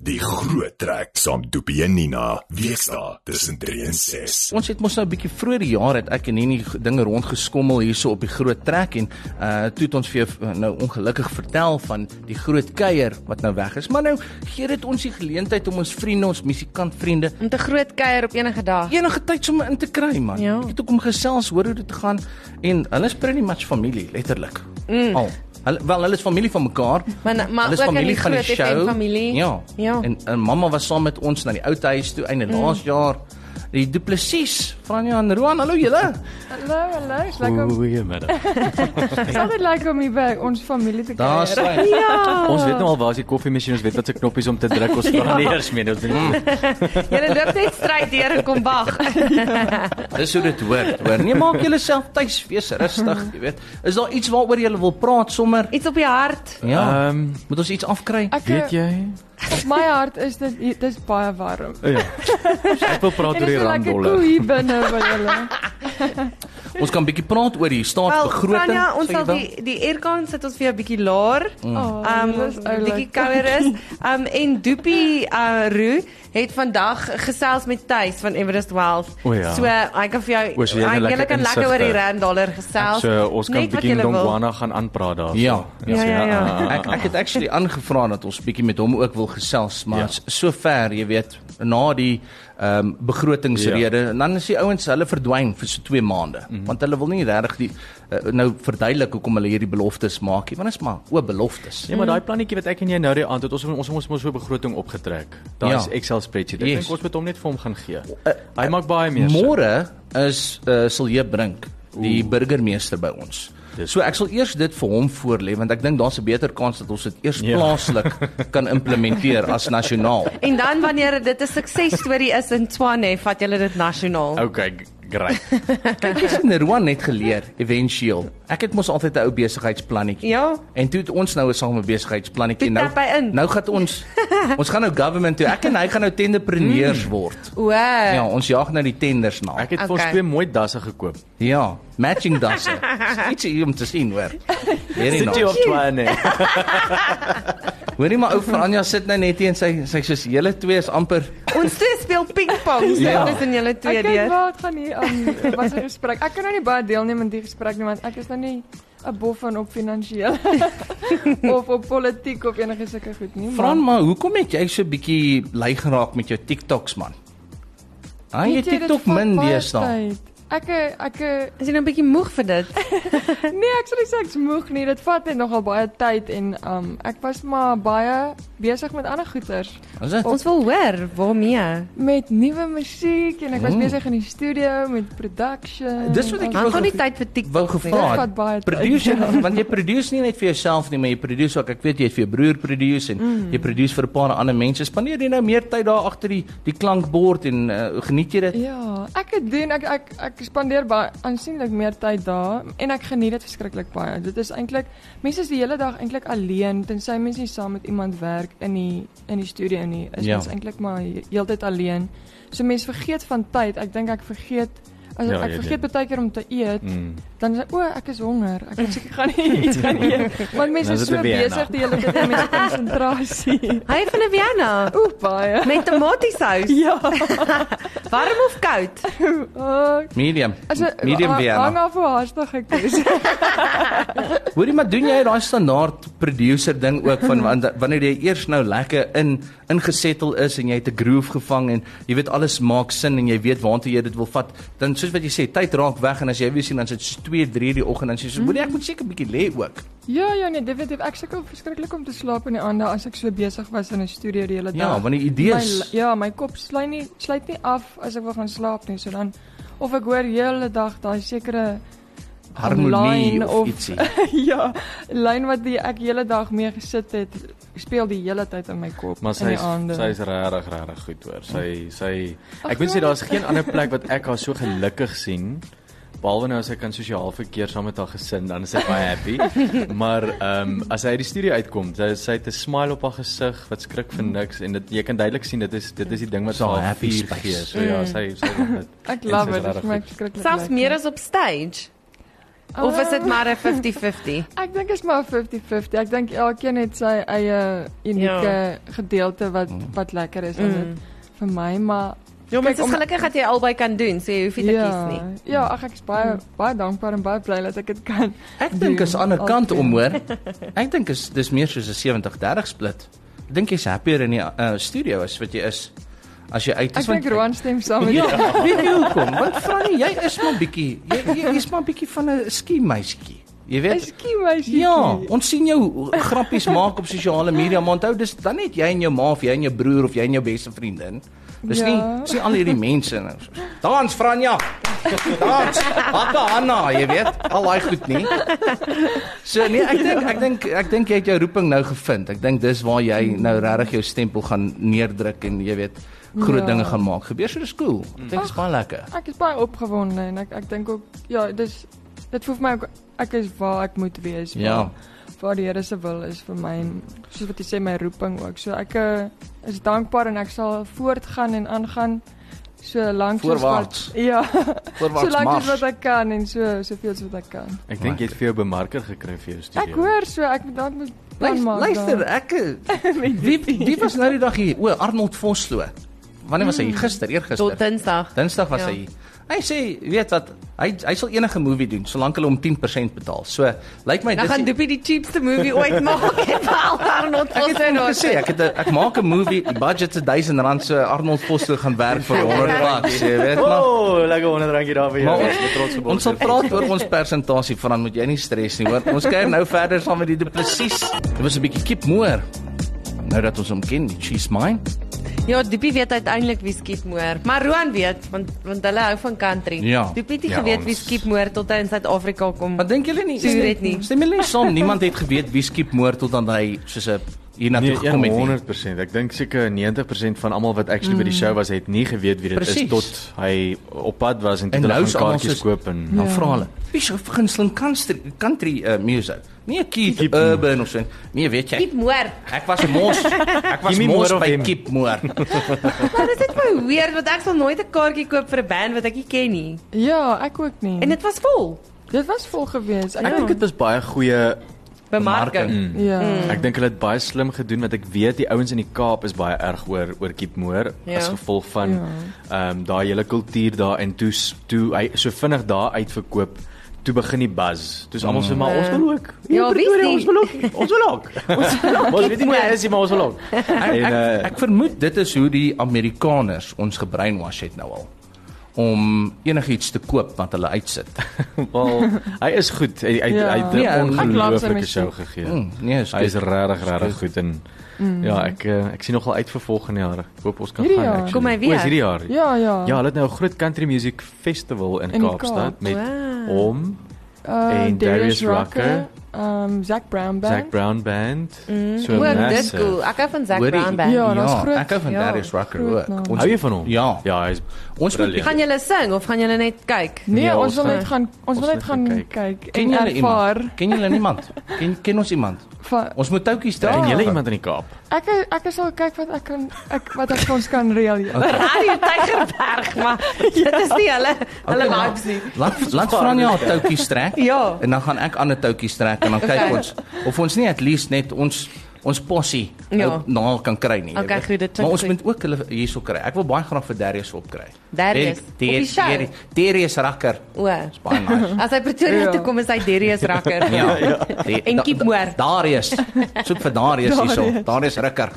Die groot trek saam Doopie en Nina, weksdae tussen 3 en 6. Ons het mos nou 'n bietjie vroeër die jaar het ek en hierdie dinge rondgeskommel hierso op die groot trek en uh toe het ons vir jou eh, nou ongelukkig vertel van die groot kuier wat nou weg is. Maar nou gee dit ons die geleentheid om ons vriende, ons musikantvriende Om te groot kuier op enige dag. enige tyd sommer in te kry man. Ja. Ek het ook om gesels hoor hoe dit gaan en hulle is pretty much familie letterlik. Mm. Al. Hulle wel hulle is familie van mekaar. Maar- maar hulle is ook in familie die van die groot show. FM familie. Ja. Ja. En, en mamma was saam met ons na die ou huis toe einde mm. laas jaar. Die Du Plessis, Franja en Roan, hallo julle. Hallo, hallo. Is lekker om Goeiemiddag. is altyd lekker om hier by ons familie te Daar kuier. staan. Ja. Ons weet nou al waar is die koffiemasjien, ons weet wat se knoppies om te druk. Ons vra nie eers meer. Ons doen Jy loop net stryd deur en kom wag. Dis hoe dit hoort, hoor. Nee, maak jouself tuis, wees rustig, jy weet. Is daar iets waaroor jy wil praat sommer? Iets op die hart. Ja. Um, Ehm, moet ons iets afkry? Ek weet jy? op my hart is dit hier- dis baie warm. O ja. Ek wil praat En oor dit is die lekker randbolle. koel hier binne by julle. Ons kan bietjie praat oor die staatsbegroting. Franja, ons sou jy sal wil? die die aircon sit ons vir jou 'n bietjie laer. Oh, Mm. Ehm, Um dis bietjie oulik. kouer is. Um en Doopie uh Roo het vandag gesels met Tuis van Everest Wealth. O ja. So hy kan vir jou O, so jy het hy- nou julle lekker kan lekker oor die insigte. rand dollar gesels. So ons kan Net wat bietjie julle wil. Longwana gaan aanpraat daar. Ja. Ja, ja, ja. Ek ek het actually aangevra dat ons bietjie met hom ook wil gesels, maar Ja. ja. sover, jy weet, na die ehm um, begrotingsrede, ja. dan is die ouens hulle verdwyn vir so 2 maande, mm -hmm. want hulle wil nie regtig die uh, nou verduidelik hoekom hulle hierdie beloftes maak nie, want dit is maar o beloftes. Ja, maar daai plannetjie wat ek en jy nou die aand het, ons ons ons ons so begroting opgetrek. Daar Ja. is Excel spreadsheet. Ek Yes. dink ons moet hom net vir hom gaan gee. Hy maak baie meer. sin. Môre is uh, Silje Brink, die Oeh. burgemeester by ons. Dis- So ek sal eers dit vir hom voorlê want ek dink daar's 'n beter kans dat ons dit eers ja. Ja. plaaslik kan implementeer as nasionaal. En dan wanneer dit 'n suksesstorie is in Tshwane, vat julle dit nasionaal. Okay, g- great. Ek het in Roan net geleer, eventueel. Ek het mos altyd 'n ou besigheidsplannetjie. Ja. En toe het ons nou 'n same besigheidsplannetjie Toe nou. tap hy in. Nou gaan ons ons gaan nou government toe. Ek en hy gaan nou tenderpreneurs word. Wow. Ja, ons jaag nou die tenders na. Ek het vir ons Okay. twee mooi dasse gekoop. Ja, matching dasse. Dis Iets hier om te sien hoor. Hierdie Sit jy op nou. Twane? Hoorie maar ou Franja sit nou net hier en sy sy soos julle twee is amper Ons twee speel pingpong so Ja. tussen julle twee Ek weet deur. wat gaan hier aan. Dit was 'n gesprek. Ek kan nou nie baie deelneem aan die gesprek nie want ek is nou nie 'n boffin op finansiële of op politiek of enige sulke goed nie. Fran maar hoekom het jy so bietjie ly geraak met jou TikToks man? Ah, jy Weet dit TikTok vat min baie deesdae. tyd. Ek ek Is jy nou 'n bietie moeg vir dit? Nee, ek sal nie sê ek's moeg nie. Dit vat net nogal baie tyd en um ek was maar baie besig met ander goeters, Is dit? Ons wil hoor waarmee. met nuwe musiek en ek was Mm. besig in die studio met production. Dis wat ek en Dan gaan alles. nie tyd vir TikTok. wou nie. gevra Dit het. vat baie tyd. Produce want jy produce nie net vir jouself nie, maar jy produce ook. Ek weet jy het vir jou broer produce en mm. jy produce vir 'n paar ander mense. Spandeer jy nou meer tyd daar agter die die klankbord en uh, geniet jy dit? Ja, ek het doen ek ek ek spandeer baie aansienlik meer tyd daar en ek geniet dit verskriklik baie. Dit is eintlik mense is die hele dag eintlik alleen tensy mense nie saam met iemand werk in die in die studio nie. Is Ja. ja. mens eintlik maar he- heeltyd alleen. So mense vergeet van tyd. Ek dink ek vergeet as Ja, ja, ek jy vergeet baie keer om te eet, mm. Mm. dan sê o, ek is honger. Ek moet seker gaan nie iets gaan eet. Want mense Dan is is dit so weer na. besig die hele tyd met mense konsentrasie. Hy van 'n Vienna O, baie. met tomatiesous. Ja. Warm of koud? Uh, Medium. as 'n Medium hang Vienna. af hoe haastig ek is. Hoorie maar doen jy daai standaard producer ding ook van want- wanneer jy eers nou lekker in ingesettel is en jy het 'n groove gevang en jy weet alles maak sin en jy weet waartoe jy dit wil vat, dan soos wat jy sê, tyd raak weg en as jy weer sien dan sit dit so 2, 3 die oggend dan sê jy so, "Moenie ek moet seker 'n bietjie lê ook." Ja, ja, nee, definitief. Ek sukkel verskriklik om te slaap in die aande as ek so besig was in 'n studio die hele dag. Ja, want die idees My, ja, my kop sluit nie sluit nie af as ek wil gaan slaap nie, so dan of ek hoor die hele dag daai sekere harmonie Online of, of of- ietsie. ja, lyn wat die ek die hele dag mee gesit het, speel die hele tyd in my kop Maar in sy die is, aande. sy is regtig regtig goed hoor. Sy sy Ag, ek weet sy nee. daar's geen ander plek wat ek haar so gelukkig sien behalwe nou as sy kan sosiaal verkeer saam met haar gesin, dan is sy baie happy. maar ehm um, as sy uit die studio uitkom, sy sy het 'n smile op haar gesig wat skrik vir niks en dit jy kan duidelik sien dit is dit is die ding wat Sy haar happy vuur space. Mm. gee. So ja, sy sy love dit. ek en love sy is dit, dit is regtig my goed. verskriklik. Selfs lekker. meer as op stage. Of is dit maar 'n 50-50? Ek dink is maar 50-50. Ek dink elkeen het sy eie unieke gedeelte wat Mm. wat lekker is aan Mm. dit vir my, maar Ja, maar Kyk, dit is om- gelukkig dat jy albei kan doen, so jy hoef nie te kies nie. Mm. Ja, Mm. ag ek is baie baie dankbaar en baie bly dat ek dit kan. Ek dink is aan die ander Al kant twee. om hoor. Ek dink is dis meer soos 'n 70-30 split. Ek dink jy's happier in die uh, studio as wat jy is as jy uit is Ek dink Roan stem saam met Ja, jou. weet jy hoekom? Want Frannie, jy is maar bietjie jy jy- jy's maar bietjie van 'n skie meisietjie. Jy weet? Ekskuus my. siekie. Ja, ons sien jou grappies maak op sosiale media, maar onthou dis dan net jy en jou ma of jy en jou broer of jy en jou beste vriendin. Dis nie Ja. dis nie al hierdie mense nou. Dans Franja. Dans. Akka Anna, jy weet, al daai goed nie. So nee, ek dink ek dink ek dink jy het jou roeping nou gevind. Ek dink dis waar jy nou regtig jou stempel gaan neerdruk en jy weet groot ja. Ja. dinge gaan maak. Gebeur so dis cool. Ek dink dit is baie lekker. Ek is baie opgewonde en ek ek dink ook ja, dis dit voel vir my ook ek is waar ek moet wees. waar- Ja. Waar die Here se wil is vir my en soos wat jy sê my roeping ook. So ek eh, is dankbaar en ek sal voortgaan en aangaan so lank soos Voorwaarts. wat- Ja, so Voorwaarts lank soos mars. wat ek kan en so soveel soos wat ek kan. Ek dink jy het vir jou bemarker gekry vir jou studio. Ek hoor so ek moet dalk moet plan maak. Luister, daar. ek wie wie was nou die dag hier? O, Arnold Vosloo. Wanneer was hy? hier? Gister, Hmm. Tot eergister. Dinsdag. Dinsdag was Ja. hy. hier. Hy sê, weet wat, hy hy sal enige movie doen solank hulle hom 10% betaal. So, lyk my Dan gaan die- Doopie die cheapste movie ooit maak en al haar not Ek het ons hom nou gesê, ek het 'n- ek maak 'n movie, die budget is 1000 rand, so Arnold Vosloo gaan werk vir 100 bucks, Ja. jy weet maar. Oh, lekker onderdrankie daar vir jou. Maar ons- Ek is trots op Ons sal praat oor ons persentasie van dan moet jy nie stres nie, hoor. Ons kyk nou verder saam met die die presies. Dit was 'n bietjie kipmoer. Nou dat ons hom ken, she's mine. Ja, Doopie weet uiteindelik wie skiet moer, maar Roan weet want want hulle hou van country. Ja. Doopie het nie Ja, geweet wie ons- skiet moer tot hy in Suid-Afrika kom. Maar dink julle nie Stem- stem- nie. Stem julle nie saam niemand het geweet wie skiep moord tot dan hy soos 'n hiernatoe Nee, gekom het nie. 100%. Ek dink seker 90% van almal wat actually by die show was, het nie geweet wie dit Presies. is tot hy op pad was en toe En hulle nou gaan is almal kaartjies soos- Ja. koop en Ja. Dan vra hulle, "Wie se gunsteling country country uh, music?" Nie 'n Keith eh, Keith Urban of so nie. Nee, weet jy. skiet moer. Ek was mos, ek was Jimmy mos Moore of by hom? Keith Moore. Maar dit is net baie weird want ek sal nooit 'n kaartjie koop vir 'n band wat ek nie ken nie. Ja, ek ook nie. En dit was vol. Dit was vol gewees. Ja. Ek dink dit was baie goeie Bemarking. Mm. ja. Mm. Ek dink hulle het baie slim gedoen want ek weet die ouens in die Kaap is baie erg oor oor Kiepmoor Ja. as gevolg van Ja. ehm daai hele kultuur daar en toe s- toe hy so vinnig daar uitverkoop toe begin die buzz. Dis almal so maar ons wil ook. Hier Ja, in wie is Pretoria, nie?" ons wil ook. Ons wil ook. Ons wil ook. Ons weet nie meer is nie, maar ons wil ook. Ek, En ek, eh, ek vermoed dit is hoe die Amerikaners ons gebreinwash het nou al om enigiets te koop wat hulle uitsit. wel hy is goed. Hy hy Ja. hy het 'n Nee, ek laat sy ongelooflike musiek. show gegee. Mm, nee, is Hy is goed. regtig regtig goed en ja, ek eh, ek sien nogal uit vir volgende jaar. Ek hoop ons kan Mm. Hierdie gaan. jaar? actually. Kom hy O, weer? Is hierdie jaar? Ja, ja. Ja, hulle het nou 'n groot country music festival in, In die Kaapstad Kaap. met Wow. hom, Uh, en Darius Rucker. ehm um, Zack Brown band. Zack Brown band. Mm, so Ook dit massive. cool. Ek hou van Zack Hoorie, Brown band. Ja, daar's groot- ek hou van ja, Darius Rucker groot ook. naam. Hou jy van hom? Ja. Ja, hy's Ons moet brilliant. Gaan julle sing of gaan julle net kyk? Nee, Ja, ons ons wil gaan- net gaan ons wil net gaan kyk. kyk Ken en julle iemand? ervaar. Ken julle niemand? Ken ken ons iemand? va- Ons moet toutjies trek. en julle iemand in die Kaap. Ek ek sal kyk wat ek kan ek wat ek vir ons kan reël. Okay. Radio Tygerberg, maar dit is nie hulle hulle vibes nie. Laat laat Franja toutjies trek. Ja. En dan gaan ek ander toutjies trek en dan Okay. kyk ons of ons nie at least net ons ons possie Ja. ja. na kan kry nie. jy Okay, weet. goed, dit klink Maar ons goed. moet ook hulle hierso kry. Ek wil baie graag vir Darius opkry. Darius, op die show? Darius Rakker. O. Dis baie nice. As hy Pretoria toe kom is hy Darius Rakker. Ja. Die, En da- Kiep da- Moore. Darius. Soek vir Darius hierso. Darius Rakker.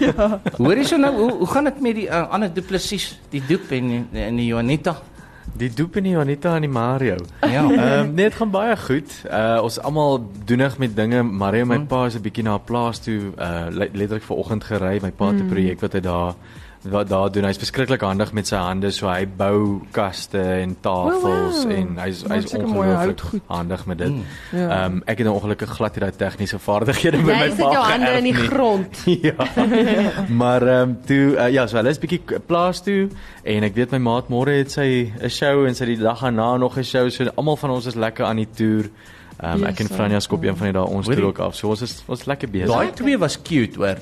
Ja. Hoor hierso nou, hoe, hoe gaan dit met die uh, ander duplessies, die Doep en en die Juanita? Die Doopini, Anita en die Mario. Ja. Ehm um, net gaan baie goed. Uh ons almal doenig met dinge. Mario my pa is 'n bietjie na 'n plaas toe uh le- letterlik vanoggend gery. My pa het 'n projek wat hy daar wat daar doen. Hy's verskriklik handig met sy hande. So hy bou kaste en tafels Oh, wow. en hy's Maak hy's seker mooi ongelooflik houtgoed. handig met dit. Ehm Ja. um, ek het nou ongelukkig glad nie daai tegniese vaardighede by Jy my sit pa jou hande geërf in die nie. grond. ja. Maar ehm um, toe uh, ja, so hulle is bietjie k- plaas toe en ek weet my maat môre het sy 'n show en sy die dag daarna nog 'n show. So almal van ons is lekker aan die toer. Ehm um, ek en Jesus. Franja skop een van die dae ons Hoorie. toer ook af. So ons is ons is lekker besig. Daai twee was cute hoor.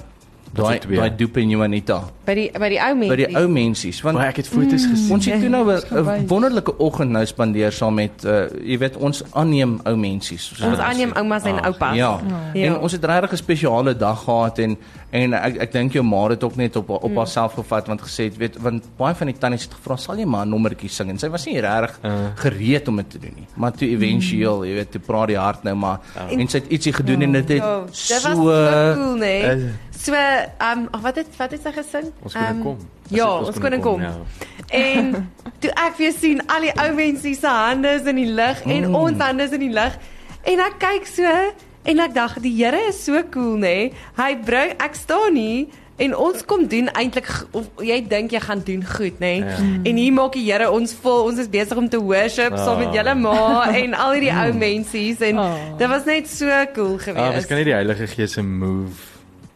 Daai twee. daai doop en Juanita by die by die ou mense. by die ou mensies want Maar ek het foto's Mm. gesien. Ons het toe nou 'n- gewys. 'n wonderlike oggend nou spandeer saam met uh jy weet ons aanneem ou mensies. soos Ons dit aanneem oumas Ah, en oupas. Ja. Ja. En ons het regtig 'n spesiale dag gehad en en ek ek dink jou ma het ook net op Mm. op haarself gevat want gesê het weet want baie van die tannies het gevra sal jy maar 'n nommertjie sing en sy was nie regtig uh. gereed om dit te doen nie. Maar toe eventueel, jy weet, toe praat die hart nou maar uh. en sy het ietsie gedoen en dit het Mm. Ja, dit Oh, was so so cool, nee. eh. So, ehm um, wat het wat het sy gesing? Ons kon Ehm, um, kom. Ja, ons kon kom. Oh, ja. En toe ek weer sien al die ou mense se hande is in die lug en mm. ons hande is in die lug en ek kyk so en ek dink die Here is so cool nê. Nee? Hy bring ek staan hier en ons kom doen eintlik g- of jy dink jy gaan doen goed nê. Nee? Ja. Ja. En hier maak die Here ons vol. Ons is besig om te worship oh. saam met julle ma en al hierdie ou mense en oh. Oh. dit was net so cool Ah, mens geweest. kan nie die Heilige Gees se move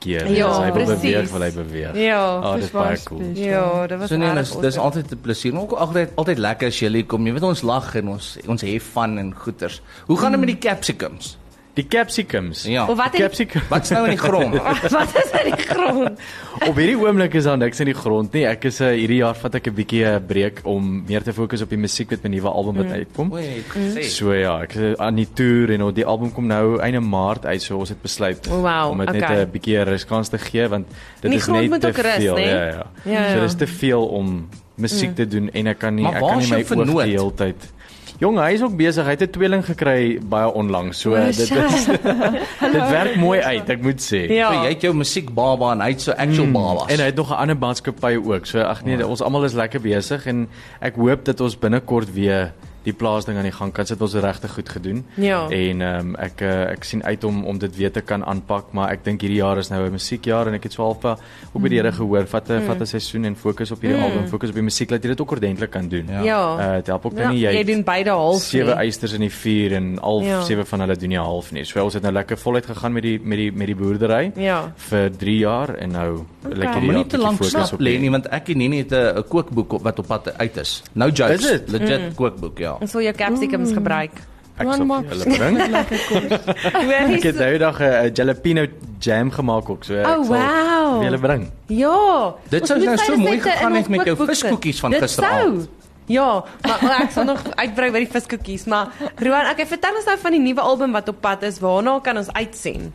keer nie. Ja, As hy wil precies. beweeg, wil hy beweeg. ja. Ah, dis dit is waar baie cool. spesiaal. Ja, dit was So nee, dis erg dis awesome. altyd 'n plesier. En Ook altyd altyd lekker as jy hier kom. Jy weet ons lag en ons ons hê van en goeters. Hoe gaan dit met die capsicums? Die capsicums. Ja. Mm. Of wat Die het capsicum. Wat's nou in die grond? wat is in die grond? Op hierdie oomblik is daar niks in die grond nie. Ek is uh, hierdie jaar vat ek 'n bietjie 'n breek om meer te fokus op die musiek wat my nuwe album wat Mm. uitkom. Wait, sê. So ja, ek is eh, aan die toer en oh, die album kom nou einde Maart uit, so ons het besluit O, wauw, om dit Oh, okay. net 'n bietjie ruskans te gee want dit Die is grond net moet te ook rus, veel. né? Ja, ja. Ja, Mm. So ja. dis te veel om musiek te doen en ek kan nie Maar ek waar kan nie is my jou vernoot? oog die hele tyd. Jong, hy is ook besig. Hy het 'n tweeling gekry baie onlangs. So Oh, dit is dit werk mooi uit, ek moet sê. Ja. So, jy het jou musiekbaba en hy het so actual mm, babas. En hy het nog 'n ander maatskappy ook. So ag nee, ons almal is lekker besig en ek hoop dat ons binnekort weer die plaasding aan die gang kan sit. Ons het regtig goed gedoen. Ja. En ehm um, ek uh, ek sien uit om om dit weer te kan aanpak, maar ek dink hierdie jaar is nou 'n musiekjaar en ek het so half uh, ook Mm. by die Here gehoor, vat 'n vat 'n seisoen en fokus op hierdie album, fokus op die musiek dat jy dit ook ordentlik kan doen. Ja. Uh, Ja. dit help ook nou Ja, nie jy jy het- doen beide half. sewe nie. eisters in die vuur en al Ja. sewe van hulle doen nie half nie. So ons het nou lekker voluit gegaan met die met die met die boerdery Ja. vir 3 jaar en nou okay. lekker Ek hierdie moenie te bietjie lank fokus slap op lê die- nie want ek en Nini het 'n 'n kookboek op, wat op pad uit is. No jokes. Is dit? Legit mm. kookboek, ja. Ons wil jou capsicums gebruik. Ek sal Man, vir hulle bring. lekker kos. Hoor Ek het hier. nou dag 'n jalapeno jam gemaak ook. So ek Oh, sal wow. vir julle bring. Ja. Dit Ons sou moet nou sy so mooi resepte gegaan in het ons met jou kookboek sit. viskoekies van Dit gisteraand. sou. Ja, maar maar ek sal nog uitbrei by die viskoekies, maar Roan, ek vertel ons nou van die nuwe album wat op pad is. Waarna kan ons uitsien?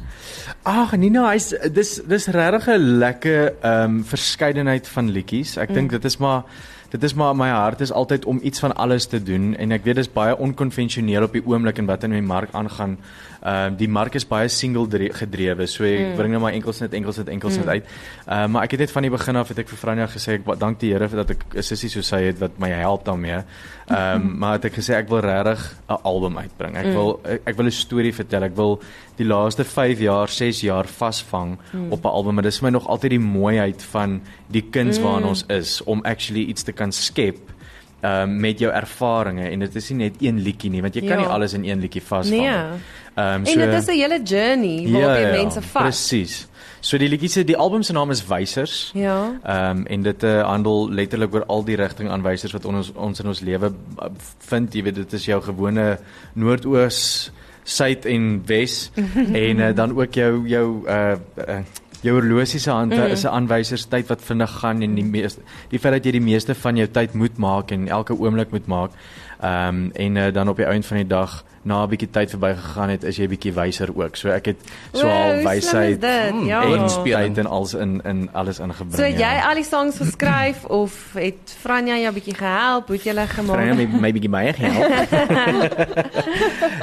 Ag Nina, hy's dis dis regtig 'n lekker ehm verskeidenheid van liedjies. Mm. Ek dink dit is maar dit is maar my hart is altyd om iets van alles te doen en ek weet dis baie onkonvensioneel op die oomblik en wat in die mark aangaan. Ehm die mark is baie single dre- gedrewe. So Mm. ek bring nou maar enkels net enkels net enkels net uit. Ehm maar ek het net van die begin af het ek vir Franja gesê ek wa- dank die Here vir dat ek 'n sussie so sy het wat my help daarmee. Ehm Mhm. maar het ek gesê ek wil regtig 'n album uitbring. Ek wil ek, ek wil 'n storie vertel. Ek wil die laaste 5 jaar, 6 jaar vasvang Mhm. op 'n album. Maar dis vir my nog altyd die mooiheid van die kuns Mhm. waarna ons is om actually iets te kan skep. Ehm met jou ervarings en dit is nie net een liedjie nie want jy kan Ja. nie alles in een liedjie vasvang. Nee. nie. Ehm En dit is 'n hele journey waarop jy mense vat. Ja, Presies. So die liedjie se die album se naam is Wysers. Ja. Ehm um, en dit eh, handel letterlik oor al die rigtingaanwysers wat ons ons in ons lewe eh, vind. Jy weet dit is jou gewone noordoos, suid en wes en uh, dan ook jou jou uh, uh jou horlosie se Mm. hand is 'n aanwysers tyd wat vinnig gaan en die meeste die feit dat jy die meeste van jou tyd moet maak en elke oomblik moet maak. Ehm um, en uh, dan op die einde van die dag na 'n bietjie tyd verbygegaan het, is jy bietjie wyser ook. So ek het so Wow, al hoe slim is wysheid Mm, dit? Ja. en Inspeling. tyd en alles in in alles ingebring. So het ja. jy al die songs geskryf of het Franja jou 'n bietjie gehelp? Hoe het julle Vra gemaak? my my bietjie baie help.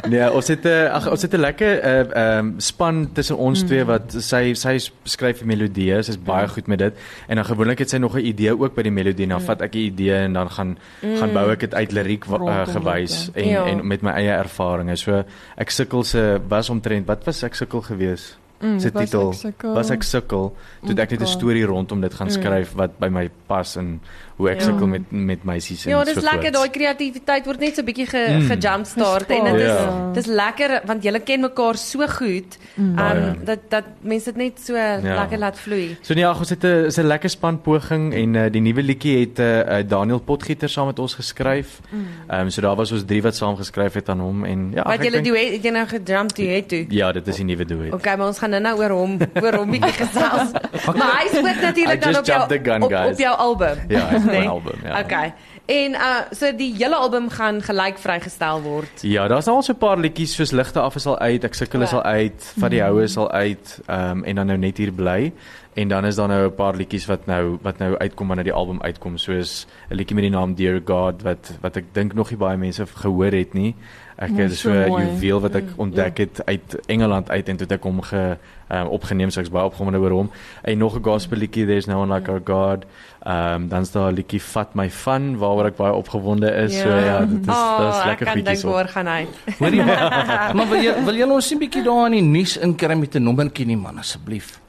nee, ons het 'n ag ons het 'n lekker ehm uh, um, span tussen ons mm. twee wat sy sy skryf die melodieë, sy's Mm. baie goed met dit. En dan gewoonlik het sy nog 'n idee ook by die melodie, dan vat ek die idee en dan gaan mm. gaan bou ek dit uit liriek wa- uh, Rondom gewys dit, en Ja. ja. en met my eie ervarings. So ek sukkel se was omtrent wat was ek sukkel geweest? Mm, Sy was ek titel sukkel. Oh, was ek sukkel toe het ek net 'n Mekaar. storie rondom dit gaan skryf wat by my pas en hoe ek Mm. Ja. sukkel met met meisies en Ja, dis so lekker voorts. daai kreatiwiteit word net so 'n bietjie ge, gejumpstart en dit is Ja. Mm. dis lekker want julle ken mekaar so goed. Ehm Baie. dat dat mense dit net so lekker laat vloei. So nee, ag, ons het 'n is 'n lekker span poging en uh, die nuwe liedjie het uh, uh, Daniel Potgieter saam met ons geskryf. Ehm um, so daar was ons drie wat saam geskryf het aan hom en ja, ag, Mm. Wat ek julle dink- doen, het jy nou gedrump toe het toe. Ja, dit is die nuwe duet. Okay, maar ons gaan nou-nou oor hom, oor hom bietjie gesels. maar hy speel I natuurlik dan just op jou jumped the gun, op, guys. op jou album. Ja, hy is op my Nee? album, ja. Okay. En uh so die hele album gaan gelyk vrygestel word. Ja, daar's nou al so 'n paar liedjies soos Ligte af is al uit, Ek sukkel is al uit, Van die houe is al uit, ehm um, en dan nou net hier bly. En dan is daar nou 'n paar liedjies wat nou wat nou uitkom wanneer die album uitkom, soos 'n liedjie met die naam Dear God wat wat ek dink nog nie baie mense gehoor het nie. Ek Mm, Nee, het so so 'n mooi. juweel wat Mm, ek ontdek ja. het uit Engeland uit en toe het ek hom ge um, opgeneem, so ek's baie opgewonde oor hom. En nog 'n gospel liedjie There's No One Like Our God. Ehm um, dan's daar 'n liedjie Vat My Fun waaroor ek baie opgewonde is. So Ja. ja, dit is Oh, daar's ek lekker kan goedjies dink op. waar gaan hy. Hoorie maar, maar wil jy wil jy ons sien bietjie daar in die nuus inkry met 'n nommertjie nie man asseblief.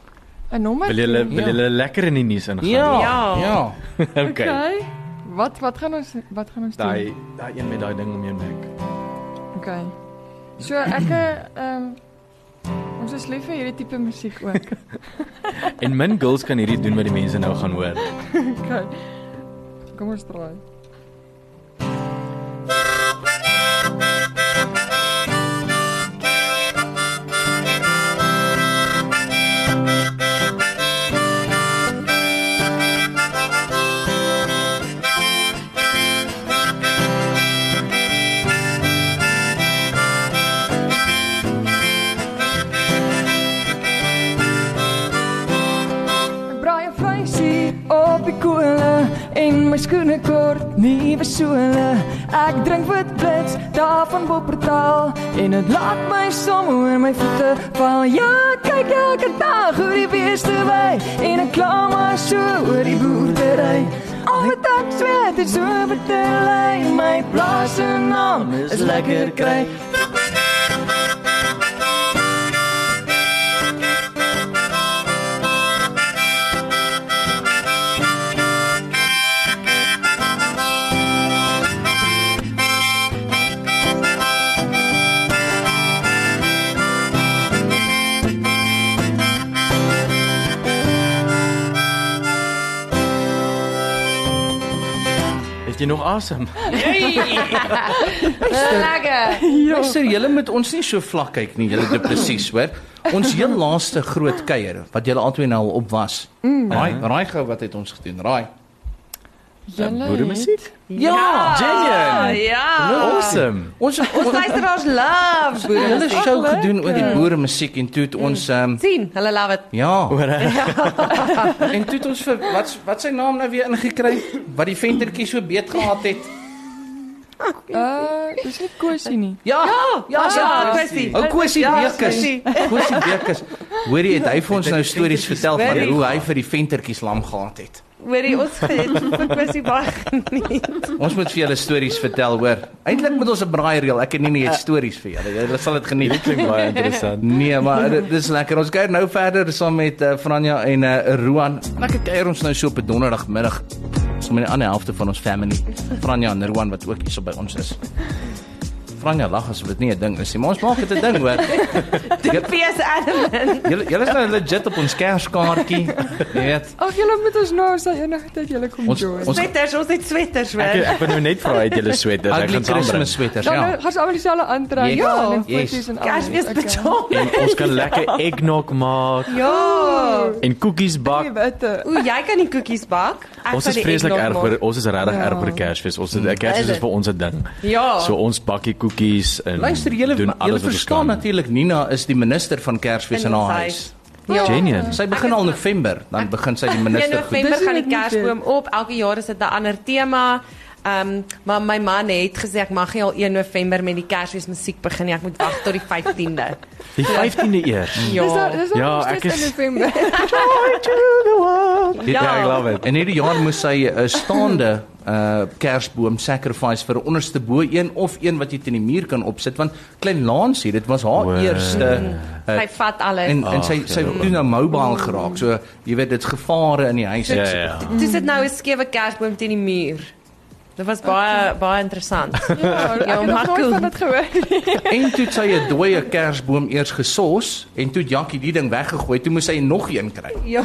'n nommer. Wil julle wil Ja. julle lekker in die nuus ingaan? Ja. Ja. okay. Okay. Wat wat gaan ons wat gaan ons doen? Daai daai een met daai ding om jou nek. Okay. So ek eh, ehm ons is lief vir hierdie tipe musiek ook. En min girls kan hierdie doen wat die mense nou gaan hoor. Okay. Kom ons draai. Ek braai 'n vleisie op die kolle en my skoene kort nuwe sole. Ek drink wit blits daarvan Woppertal en dit laat my som oor my voete val. Ja, kyk elke dag hoe die beeste wy en ek kla maar so oor die boerdery. Omdat ek sweet en so bitter ly, my plaas se naam is lekker kry. Het jy nog asem? Lekker. Ja. Luister, julle moet ons nie so vlak kyk nie, julle dit presies, hoor. Ons heel laaste groot kuier wat julle albei nou al op was. Mm. Raai, raai gou wat het ons gedoen? Raai. Boere musiek? Ja, Ah, Genien. Ja. Awesome. Ons Ons ons luisteraars love boere. Hulle het 'n show gedoen oor die boere musiek en toe het ons ehm um, sien, hulle love it. ja. en toe het ons vir wat wat sy naam nou weer ingekry wat die ventertjie so beet gehad het. Uh, dis nie kosie nie. Ja. Ja, ja, Ou Chrissy. Kosie Ja, Bekus. Kosie. Kosie Bekus. Hoorie het hy vir ons nou stories vertel van Very hoe hy vir die ventertjies lam gehad het. Hoorie, ons het vir Chrissy baie geniet. Ons moet vir julle stories vertel, hoor. Eintlik moet ons 'n braai reel. Ek en nie net stories vir julle. Julle sal dit geniet. Klink baie interessant. Nee, maar dit dis lekker. Ons kuier nou verder saam met uh, Franja en uh, Roan. Lekker kuier ons nou so op 'n donderdagmiddag. Ons met die ander helfte van ons family. Franja en Roan wat ook hierso by ons is. Franja lag asof dit nie 'n ding is nie, maar ons maak dit 'n ding, hoor. Pies Adam. Julle julle is nou legit op ons kerskaartjie. Jy weet. Ag julle moet ons nou as enige tyd julle kom Ons join. ons Sweaters, ons het sweaters Ek weer. ek wil nou net vra het julle sweaters? Ek ugly gaan saam Christmas bring. sweaters, Dan ja. ja. gaan ze allemaal diezelfde aantrekken. Ja. Ja, en Yes. foto's en alles. Kersfees Oké. betaal. En ons kan lekker eggnog maak Ja. en koekies Die bak. witte. Ooh, jy kan nie koekies bak. Ek Ons sal is die vreeslik eggnog erg maak. oor ons is regtig Ja. erg oor Kersfees. Ons het Is Kersfees dit? is vir ons 'n ding. Ja. So ons bakkie koekies en Luister, julle doen julle alles wat ons verstaan kan. natuurlik Nina is die minister van Kersfees in haar huis. Ja. Genien. Sy begin al Nee, November, dan begin sy die In minister goed. November Dis gaan hoe die dit moet kersboom op. Elke jaar is dit 'n ander tema. Ehm maar my man het gesê ek mag nie al 1 November met die Kersfees musiek begin nie. Ek moet wag tot die 15de. Die 15de eers. Dis daar Ja. dis daar Ja, nog ek steeds in is- November. Dit Ja. ja, I love it. En hierdie jaar moes sy 'n staande uh kersboom sacrifice vir 'n onderste bo een of een wat jy teen die muur kan opsit want klein Lansie, dit was haar Wow. eerste uh, Hy vat alles. en en sy Ag, sy ja. het toe nou mobile geraak. So jy weet dit's gevare in die huis. Ja, ja. Dis dit nou 'n skewe kersboom teen die muur. Dit was baie baie interessant. Ja, ek Ja, het nog maar nooit cool. van dit gehoor. Ja, En toe het sy 'n dooie kersboom eers gesos en toe het Jackie die ding weggegooi. Toe moes sy nog een kry. Ja.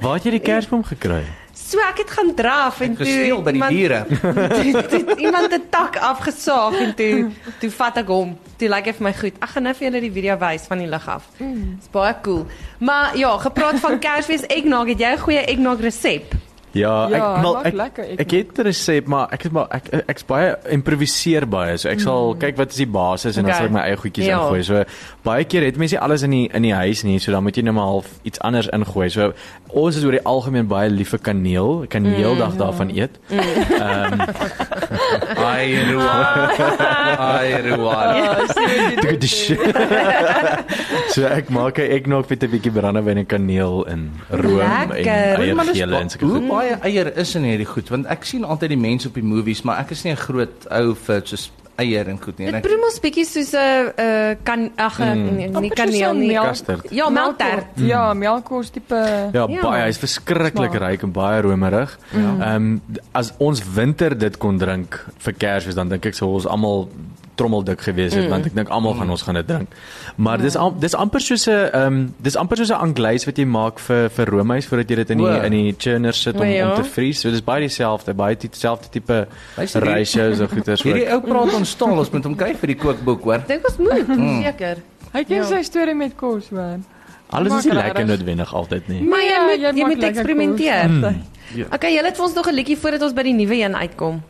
Waar het jy die kersboom gekry? So ek het gaan draf en toe Gesteel by die iemand- diere. toe, toe, toe, iemand 'n tak afgesaag en toe toe vat ek hom. Toe lyk like hy vir my goed. Ek gaan nou vir julle die video wys van die lig af. Dit's baie cool. Maar ja, gepraat van Kersfees eggnog, het jy 'n goeie eggnog resep? Ja, ek Ja, hy wel maak ek lekker ek, eggnog. het 'n resep, maar ek het maar ek ek's baie improviseer baie. So ek sal kyk wat is die basis en dan Okay. sal ek my eie goedjies Ja. ingooi. So baie keer het mense nie alles in die in die huis nie, so dan moet jy net maar half iets anders ingooi. So ons is oor die algemeen baie lief vir kaneel. Ek kan die hele dag daarvan eet. Ai Ruan. Ah. Ai Ja. Ruan. so ek maak 'n eggnog met 'n bietjie brandewyn en kaneel in room Lekker. en Maar dis eiergele en ba- sulke hoe goed. baie eier is in hierdie goed want ek sien altyd die mense op die movies maar ek is nie 'n groot ou vir soos eier en goed nie. En Dit ek- Mm. proe mos bietjie soos 'n uh, kan ag nee, nie Amper soos kaneel een nie. melk- Custard. Ja, melktert. Ja, melkkos tipe. Ja, Ja. baie, hy's verskriklik Smaak. ryk en baie romerig. Ehm as ons winter dit kon drink vir Kersfees dan dink ek sou ons almal trommeldik gewees het want ek dink almal gaan ons gaan dit drink. Maar dis am, dis amper soos 'n ehm dis amper soos 'n anglais wat jy maak vir vir roomys voordat jy dit in die Wow. in die churner sit om, O, ja. om te vries. So dis baie dieselfde, baie dieselfde tipe Luister, hier- ratios en goeters. Hierdie ook. ou praat ons taal, ons moet hom kry vir die kookboek hoor. Dink ons moet seker. Hy ken Ja. sy storie met kos, man. Alles is nie maak lekker rarig. noodwendig altyd nie. Maar jy Ja, moet jy jy, maak moet lekker eksperimenteer. ja. Okay, julle het vir ons nog 'n liedjie voordat ons by die nuwe een uitkom.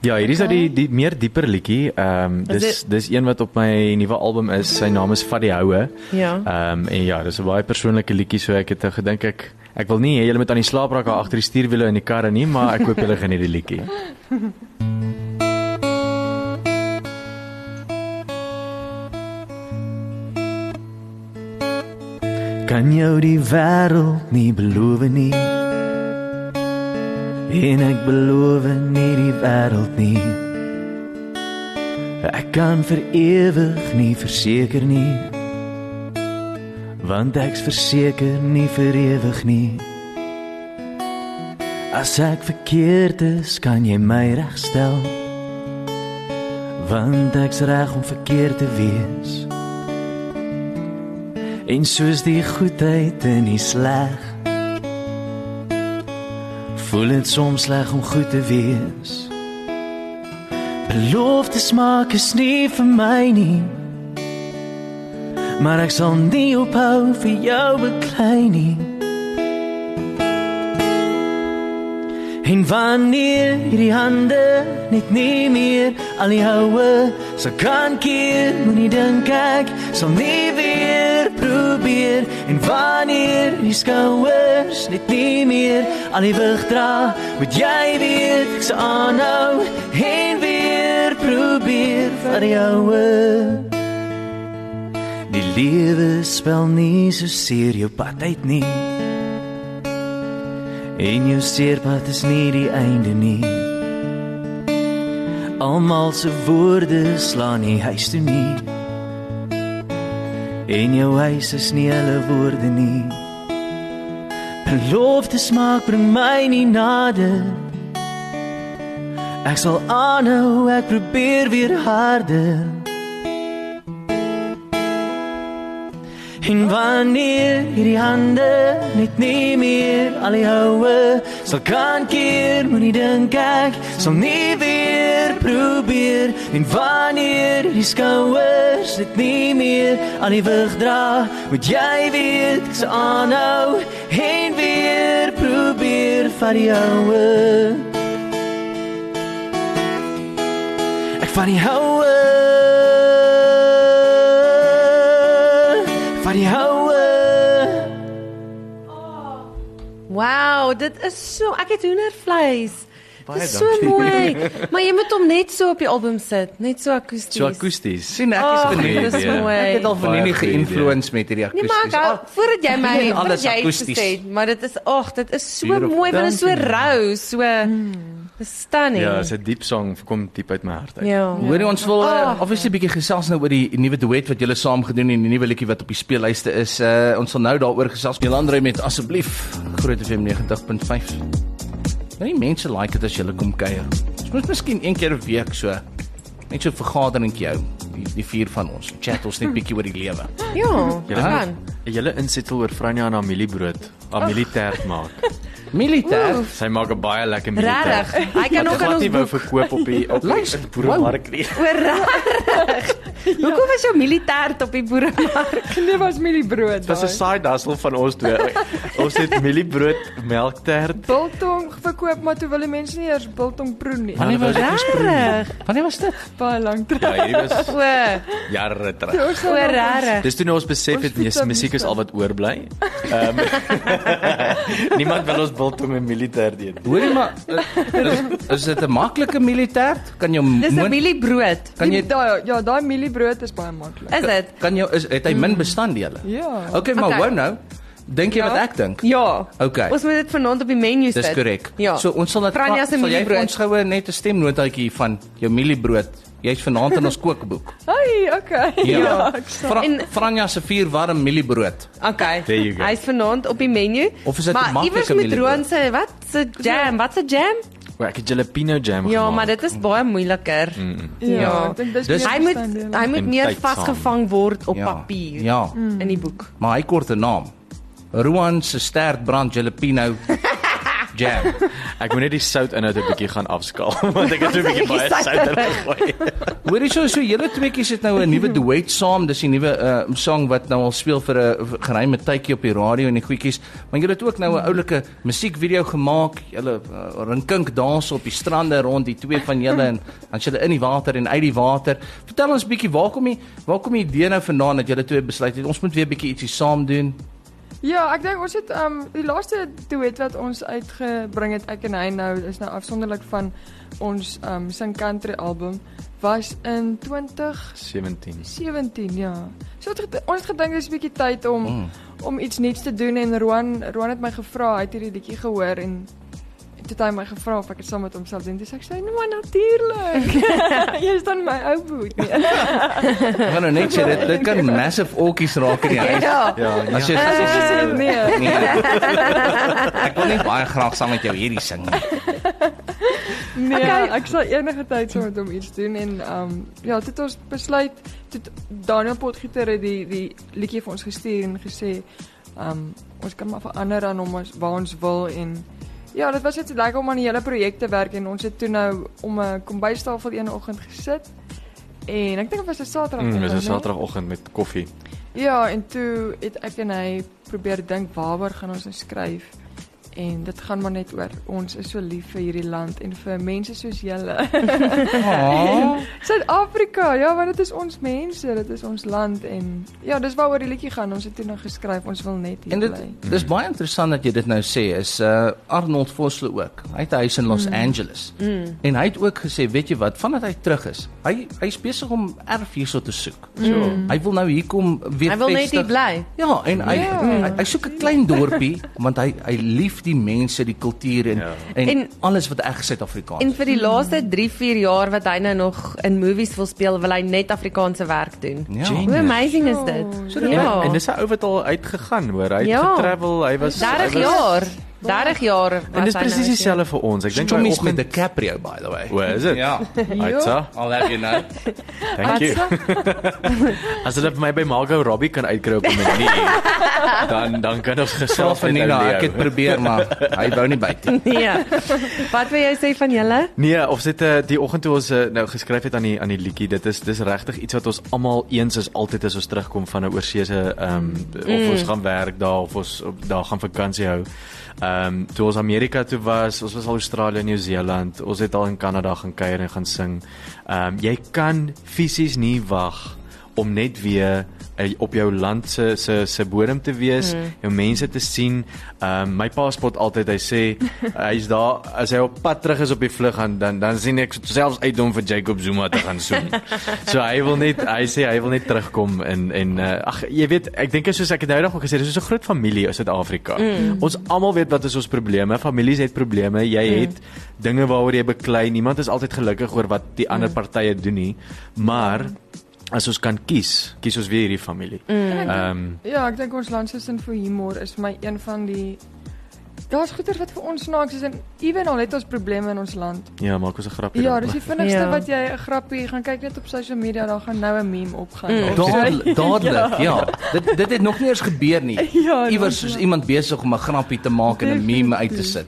Ja, hier is nou die die meer dieper liedjie. Ehm um, Is dis dis een wat op my nuwe album is. Sy naam is Vat die Houe. Ja. Ehm um, en ja, dis 'n baie persoonlike liedjie, so ek het nou gedink ek ek wil nie hê julle moet aan die slaap raak daar agter die stuurwiele in die karre nie, maar ek hoop julle geniet die liedjie. Kan jou die wêreld nie beloof nie. En ek beloof nie die wêreld nie. Ek kan vir ewig nie verseker nie. Want ek's verseker nie vir ewig nie. As ek verkeerd is, kan jy my regstel. Want ek's reg om verkeerd te wees. En soos die goedheid en die sleg Voel dit soms sleg om goed te wees Beloftes maak is nie vir my nie Maar ek sal nie ophou vir jou beklei nie En wanneer hierdie hande net nie meer al die houe sal kan keer, moenie dink ek sal nie weer probeer en wanneer die skouers net nie meer al die wig dra, moet jy weet ek sal aanhou en weer probeer vir die houe. Die lewe spel nie so seer jou pad uit nie. En jou seerpad is nie die einde nie. Almal se woorde slaan nie huis toe nie. En jou huis is nie hulle woorde nie. Beloftes maak bring my nie nader. Ek sal aanhou, ek probeer weer harder. En wanneer hierdie hande net nie meer al die houe sal kan keer, moenie dink ek sal nie weer probeer. En wanneer die skouers dit nie meer aan die wig dra, moet jy weet ek sal aanhou en weer probeer vir die houe. Ek van die houe Van die houe Wow, dit is so. Ek het hoendervleis. Baie Dis so mooi. Maar jy moet hom net so op die album sit, net so akoesties. So akoesties. Sien ek is Ag, nee, benieuwd. dis Ja. mooi. Ek het al van Baie hierdie goeie idee. geïnfluence met hierdie Ah, Nee, maar akoesties. ek hou, voordat jy my Ek meen alles voordat jy iets akoesties. gesê het, maar dit is ag, dit is so Beautiful. mooi want dit is so Dankie. rou, so Hmm. dis stunning. Ja, dis 'n diep song, kom diep uit my hart uit. Ja. Hoorie ons wil Ah. uh, obviously 'n bietjie gesels nou oor die nuwe duet wat julle saam gedoen het en die nuwe liedjie wat op die speellyste is. Uh, ons sal nou daaroor gesels. Jelandre met asseblief Groot FM 90.5. Nou die mense like dit as julle kom kuier. Ons moet miskien een keer 'n week so net so 'n vergaderingkie hou. Die, die vier van ons chat ons net bietjie oor die lewe. Ja, Julle kan. Julle insettel oor Vryna en Ameliebrood. Amelietert maak. Militêr. Sy maak 'n baie lekker Regtig. mielietert. Hy kan nog aan Wat ons jy wou boek verkoop op die op Luister, die boeremark nie. oor regtig. Ja. Hoekom was jou militêr op die boere? Nee, was mieliebrood. Dit was 'n side hustle van ons twee. ons het mieliebrood, melktert. biltong verkoop, maar toe wil die mense nie eers biltong proe nie. Wanneer was dit? Regtig. Wanneer was dit? Baie lank terug. Ja, Ja, hierdie was O, o jare terug. regtig. Dis toe nou ons besef Ons het fiets mus- op musiek is Houston. al wat oorbly. Ehm Niemand wil ons biltong en mielietert eet. nie. Hoorie maar uh, is, is dit 'n maklike militêr? Kan jou Dis 'n moon- mieliebrood. kan jy daai ja, daai mieliebrood is baie maklik. Is dit? kan jou is het hy min bestanddele? Ja. Okay, maar Okay. wou nou, dink jy Ja. wat ek dink? Ja. Okay. Ons moet dit vanaand op die menu sit. Dis korrek. Ja. So ons sal net Franja sal se jy vir mieliebrood. ons goue net 'n stemnotaatjie van jou mieliebrood. Jy's vanaand in ons kookboek. Hey, okay. Ja. Ja. ek sien. Fra En- Franja se vier warm mieliebrood. Okay. There you go. Hy's vanaand op die menu. Of is dit 'n maar maklike iewers met mieliebrood? Roan se wat se jam? Wat se jam? O, Ek het jalapeno jam Ja, gemaak. maar dit is baie moeiliker. Mm. Ja, ek dink dis Dis- meer Hy moet verstandig. hy moet En meer tyd saam. vasgevang word op Ja. papier Mm. Ja. in die boek. Maar hy kort 'n naam. Ruan se sterk brand jalapeno jam. Ek moet net die sout inhoud 'n bietjie gaan afskaal want ek het so 'n bietjie baie Sout sout ingegooi. Hoorie so so julle tweeetjies het nou 'n nuwe duet saam. Dis die nuwe uh song wat nou al speel vir 'n vir 'n geruime tydjie op die radio en die goedjies. Maar julle het ook nou 'n oulike musiekvideo gemaak. Julle uh, rinkink dans op die strande rond die twee van julle en dan is julle in die water en uit die water. Vertel ons bietjie waar kom die waar kom die idee nou vandaan dat julle twee besluit het ons moet weer bietjie ietsie saam doen? Ja, ek dink ons het um die laaste duet wat ons uitgebring het, ek en hy nou is nou afsonderlik van ons um sing country album was in 2017 17. ja. So het ged- ons het gedink dis 'n bietjie tyd om mm. om iets nuuts te doen en Roan Roan het my gevra, hy het hierdie liedjie gehoor en toe het hy my gevra of ek dit saam met hom sal doen. Dis ek sê, "Nee, maar natuurlik. Jy is dan my ou boet." Nee. Ek gaan nou net sê dit dit kan massive orkies raak in die huis. Ja. Ja, As jy Sy as sê nee. jy nee. Eh. Ek wil net baie graag saam met jou hierdie sing. Nee, Okay. okay. ek sal enige tyd saam met hom iets doen en ehm um, ja, toe het ons besluit toe het Daniel Potgieter het die die liedjie vir ons gestuur en gesê ehm um, ons kan maar verander aan hom as waar ons wil en ja, dit was net so lekker om aan die hele projek te werk en ons het toe nou om 'n kombuistafel een oggend gesit. En ek dink dit was 'n Saterdag. Ja. Mm, dis oggend, 'n né? Saterdagoggend met koffie. Ja, en toe het ek en hy probeer dink waaroor gaan ons nou skryf? En dit gaan maar net oor ons is so lief vir hierdie land en vir mense soos julle. Aww. Suid-Afrika, ja, want dit is ons mense, dit is ons land en ja, dis waaroor die liedjie gaan. Ons het toe nou geskryf, ons wil net hier En dit bly. dis baie interessant dat jy dit nou sê is uh Arnold Vosloo ook. Hy het 'n huis in Los Mm. Angeles. En hy het ook gesê, weet jy wat, vandat hy terug is, hy hy's besig om erf hierso te soek. So, hy wil nou hier kom weer Hy wil net vestig. hier bly. Ja, en hy Ja. hy, hy soek 'n klein dorpie want hy hy lief die mense, die kultuur en, Ja. en en En- alles wat reg Suid-Afrikaans. En is. vir die laaste 3, 4 jaar wat hy nou nog in movies wil speel, wil hy net Afrikaanse werk doen. Ja. Hoe amazing is dit? So, ja. En, en dis 'n ou wat al uitgegaan hoor. Hy het Ja. ja. getravel, hy was 30 hy was- jaar. 30 jaar. nou En dis presies dieselfde vir ons. Ek dink hy Tomies met oggend DiCaprio by the way. O, is dit? Ja, Aitsa. I'll have you know. Thank you. As dit vir my by Margot Robbie kan uitkry op 'n manier, dan dan kan ons Self gesels van met Nina, Leo. ek het probeer maar hy wou nie byt. nie. Ja. Wat wil jy sê van julle? Nee, of dit eh, die oggend toe ons eh, nou geskryf het aan die aan die liedjie, dit is dis regtig iets wat ons almal eens is altyd as ons terugkom van 'n oorseese ehm of ons gaan werk daar of ons op, daar gaan vakansie hou. Ehm toe ons Amerika toe was, ons was al Australië, Nieu-Seeland, ons het al in Kanada gaan kuier en gaan sing. Ehm jy kan fisies nie wag om net weer eh, op jou land se se se bodem te wees, mm. jou mense te sien. Ehm um, my paspoort altyd hy sê hy's daar as hy op pad terug is op die vlug gaan dan dan sien ek selfs uit om vir Jacob Zuma te gaan soen. so hy wil net hy sê hy wil net terugkom en en eh, ag jy weet ek dink is soos ek het nou nog al gesê dis soos 'n groot familie in Suid-Afrika. Mm. Ons almal weet wat is ons probleme. Families het probleme. Jy mm. het dinge waaroor jy beklei. Niemand is altyd gelukkig oor wat die ander mm. partye doen nie. Maar as ons kan kies, kies ons weer hierdie familie. Mm. Ehm um, Ja, ek dink ons land se sin vir humor is vir my een van die Daar's goeters wat vir ons snaaks is en ewen al het ons probleme in ons land. ja, maak ons 'n grapie. Ja, dan. dis die vinnigste Ja. ja. wat jy 'n grappie gaan kyk net op sosiale media, daar gaan nou 'n meme opgaan. Daar- Mm. Dadelik, dadelik, ja. Dit dit het nog nie eens gebeur nie. Ja, Iewers is iemand besig om 'n grappie te maak en 'n meme uit te sit.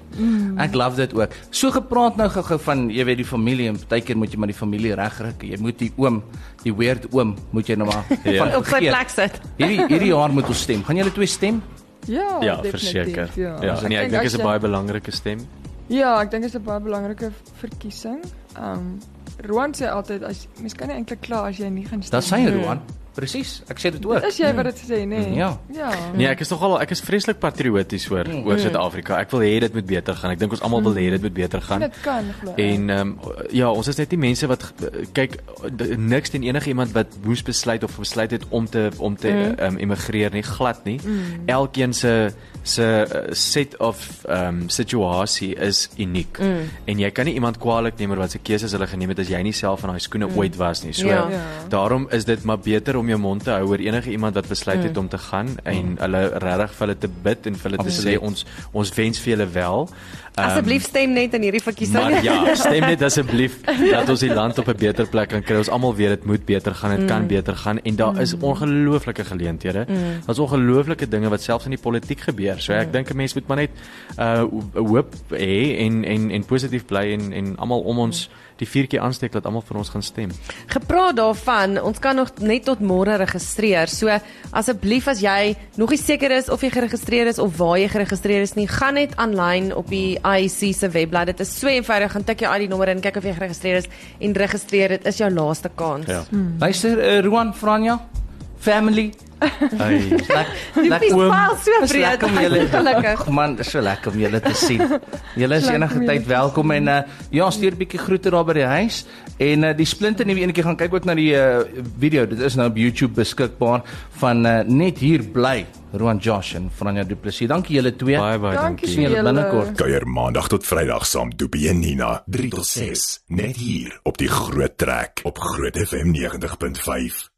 Ek love dit ook. So gepraat nou gou-gou van jy weet die familie en baie keer moet jy maar die familie regryk. Jy moet die oom, die weird oom, moet jy nou maar Ja. van op sy vergeet. plek sit. Hierdie hierdie jaar moet ons stem. Gaan julle twee stem? Ja, Ja, definitief, verseker. Ja, ja. nee, ek dink as dit is 'n jy- baie belangrike stem. Ja, ek dink dit is 'n baie belangrike verkiesing. Um Roan sê altyd as mens kan nie eintlik kla as jy nie gaan stem. Dit sê Roan. Presies. Ek sê dit ook. Is jy wat dit gesê, nê? Nee? Ja. Ja. Nee, ek is nogal ek is vreeslik patrioties oor Mhm. oor Suid-Afrika. Ek wil hê dit moet beter gaan. Ek dink ons almal wil hê dit moet beter gaan. Dit kan glo. ek. En ehm um, ja, ons is net nie mense wat eh, kyk d- niks teen enige iemand wat moes besluit of besluit het om te om te ehm mm. um, emigreer nie glad nie. Mm. Elkeen se se eh, set of ehm um, situasie is uniek. Mm. En jy kan nie iemand kwaadlik neem oor wat se keuses hulle geneem het as jy nie self in daai skoene mm. ooit was nie. So Ja. Ja. daarom is dit maar beter om jou mond te hou oor enige iemand wat besluit mm. het om te gaan en hulle regtig vir hulle te bid en vir hulle te sê Absoluut. ons ons wens vir julle wel. Ehm, Asseblief stem net in hierdie verkiesing. Maar ja, stem net asseblief dat ons die land op 'n beter plek kan kry. Ons almal weet dit moet beter gaan, dit mm. kan beter gaan en daar is ongelooflike geleenthede. Mm. Daar's ongelooflike dinge wat selfs in die politiek gebeur. So ek dink 'n mens moet maar net uh hoop hê en en en positief bly en en almal om ons die vuurtjie aansteek dat almal vir ons gaan stem. Gepraat daarvan, ons kan nog net tot môre registreer. So asseblief as jy nog nie seker is of jy geregistreer is of waar jy geregistreer is nie, gaan net aanlyn op die IEC se webblad. Dit is so eenvoudig, gaan tik jou ID nommer in, kyk of jy geregistreer is en registreer. Dit is jou laaste kans. Ja. Mm. Luister, uh, Roan Franja, family. Ai. Lek, Die oom. spel so Dis breed, lekker om julle gelukkig. Ag man, dis so lekker om julle te sien. Julle is Lekker om enige julle tyd te welkom en uh, ja, stuur 'n bietjie groete daar by die huis en uh, die splinte nuwe enetjie gaan kyk ook na die uh, video. Dit is nou op YouTube beskikbaar van uh, net hier bly Roan Josh en Franja Du Plessis. Dankie julle twee. Baie baie Dankie dankie. sien julle julle. binnekort. Kuier maandag tot Vrydag saam Doopie en Nina 3 tot 6 net hier op die Groot Trek op Groot FM 90.5.